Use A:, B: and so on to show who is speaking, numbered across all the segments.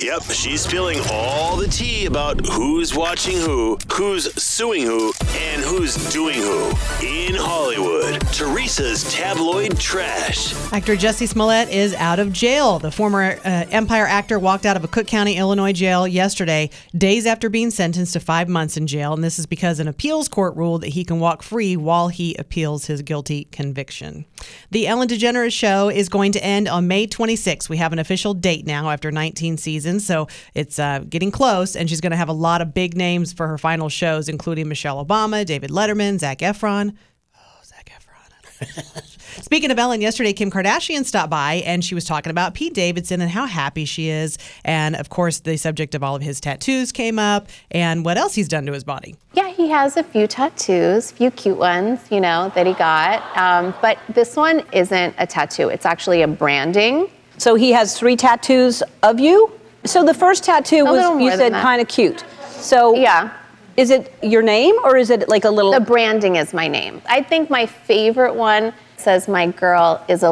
A: Yep, she's spilling all the tea about who's watching who, who's suing who, and who's doing who. In Hollywood, Teresa's tabloid trash.
B: Actor Jesse Smollett is out of jail. The former uh, Empire actor walked out of a Cook County, Illinois jail yesterday, days after being sentenced to five months in jail. And this is because an appeals court ruled that he can walk free while he appeals his guilty conviction. The Ellen DeGeneres show is going to end on May 26. We have an official date now after 19 seasons, so it's uh, getting close. And she's going to have a lot of big names for her final shows, including Michelle Obama, David Letterman, Zach Efron. Oh, Zach Efron. Speaking of Ellen, yesterday Kim Kardashian stopped by and she was talking about Pete Davidson and how happy she is. And of course, the subject of all of his tattoos came up and what else he's done to his body.
C: Yeah, he has a few tattoos, few cute ones, you know, that he got. Um, but this one isn't a tattoo. It's actually a branding.
D: So he has three tattoos of you. So the first tattoo
C: little
D: was
C: more
D: you
C: than
D: said
C: that.
D: kind of cute. So
C: Yeah.
D: is it your name or is it like a little?
C: The branding is my name. I think my favorite one says, "My girl is a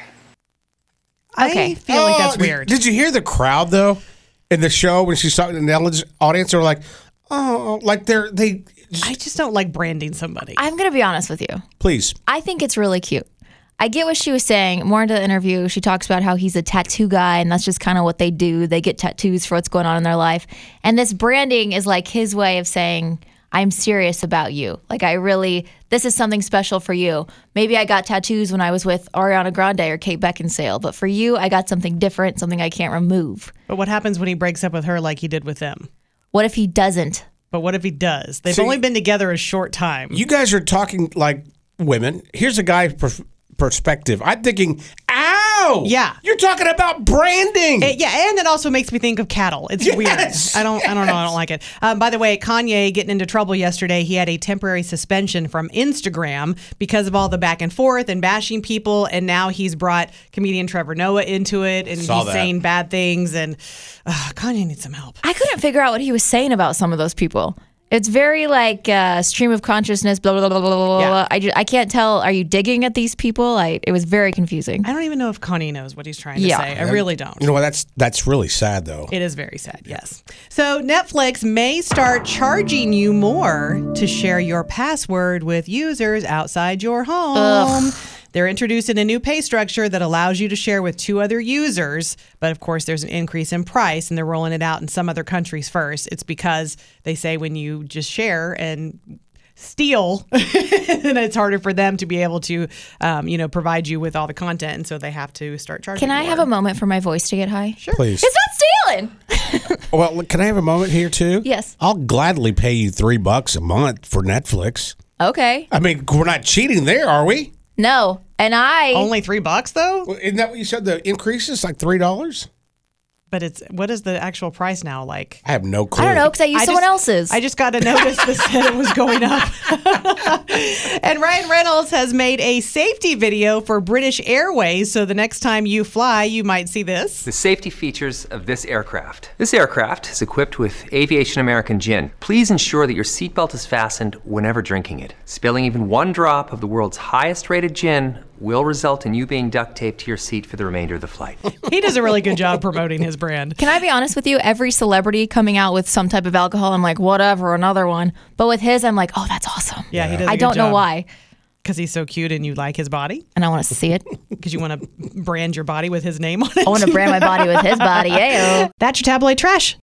B: I
C: Okay.
B: feel like that's
E: Oh, did-
B: weird.
E: Did, you hear the crowd though in the show when she's talking to the audience- audience? They're like, oh, like they're they.
B: I just don't like branding somebody.
F: I'm going to be honest with you.
E: Please,
F: I think it's really cute. I get what she was saying. More into the interview, she talks about how he's a tattoo guy, and that's just kind of what they do. They get tattoos for what's going on in their life. And this branding is like his way of saying, I'm serious about you. Like, I really, this is something special for you. Maybe I got tattoos when I was with Ariana Grande or Kate Beckinsale, but for you, I got something different, something I can't remove.
B: but what happens when he breaks up with her like he did with them?
F: What if he doesn't?
B: But what if he does? They've
E: See-
B: only been together a short time.
E: you guys are talking like women. Here's a guy's pers- perspective. I'm thinking, ow,
B: Yeah.
E: you're talking about branding.
B: It- Eh, yeah, and it also makes me think of cattle. It's
E: Yes,
B: weird. I don't. I don't know. I don't like it. Um, by the way, Kanye getting into trouble yesterday. He had a temporary suspension from Instagram because of all the back and forth and bashing people, and now he's brought comedian Trevor Noah into it, and
E: Saw
B: he's
E: that.
B: saying bad things. And uh, Kanye needs some help.
F: I couldn't figure out what he was saying about some of those people. It's very like uh, stream of consciousness, blah blah blah blah blah.
B: Yeah.
F: blah. I, ju- I can't tell. Are you digging at these people? I it was very confusing.
B: I don't even know if Kanye knows what he's trying to
F: Yeah.
B: say. I really don't.
E: You know what? That's that's really sad though.
B: It is very sad, yes. So Netflix may start charging you more to share your password with users outside your home. They're introducing a new pay structure that allows you to share with two other users, but of course there's an increase in price and they're rolling it out in some other countries first. It's because they say when you just share and steal then it's harder for them to be able to um, you know provide you with all the content and so they have to start charging
F: Can I
B: more.
F: have a moment for my voice to get high? Sure.
E: Please.
F: It's not stealing.
E: well, look, can I have a moment here too?
F: Yes.
E: I'll gladly pay you three bucks a month for Netflix.
F: Okay.
E: I mean, we're not cheating there, are we?
F: No. And I
B: only three bucks though
E: Well, Isn't that what you said? The increase is like three dollars.
B: But it's what is the actual price now like?
E: I have no clue.
F: I don't know because I use someone
B: just,
F: else's.
B: I just got a notice that said it was going up. and Ryan Reynolds has made a safety video for British Airways, so the next time you fly, you might see this.
G: The safety features of this aircraft. This aircraft is equipped with Aviation American Gin. Please ensure that your seatbelt is fastened whenever drinking it. Spilling even one drop of the world's highest rated gin will result in you being duct taped to your seat for the remainder of the flight.
B: He does a really good job promoting his brand.
F: Can I be honest with you? Every celebrity coming out with some type of alcohol, I'm like, whatever, another one. But with his, I'm like, oh, that's awesome.
B: Yeah, he does.
F: I don't know why,
B: Because he's so cute and you like his body.
F: and I want to see it.
B: Because you want to brand your body with his name on it.
F: Oh. I want to brand my body with his body. Ayo.
B: That's your tabloid trash.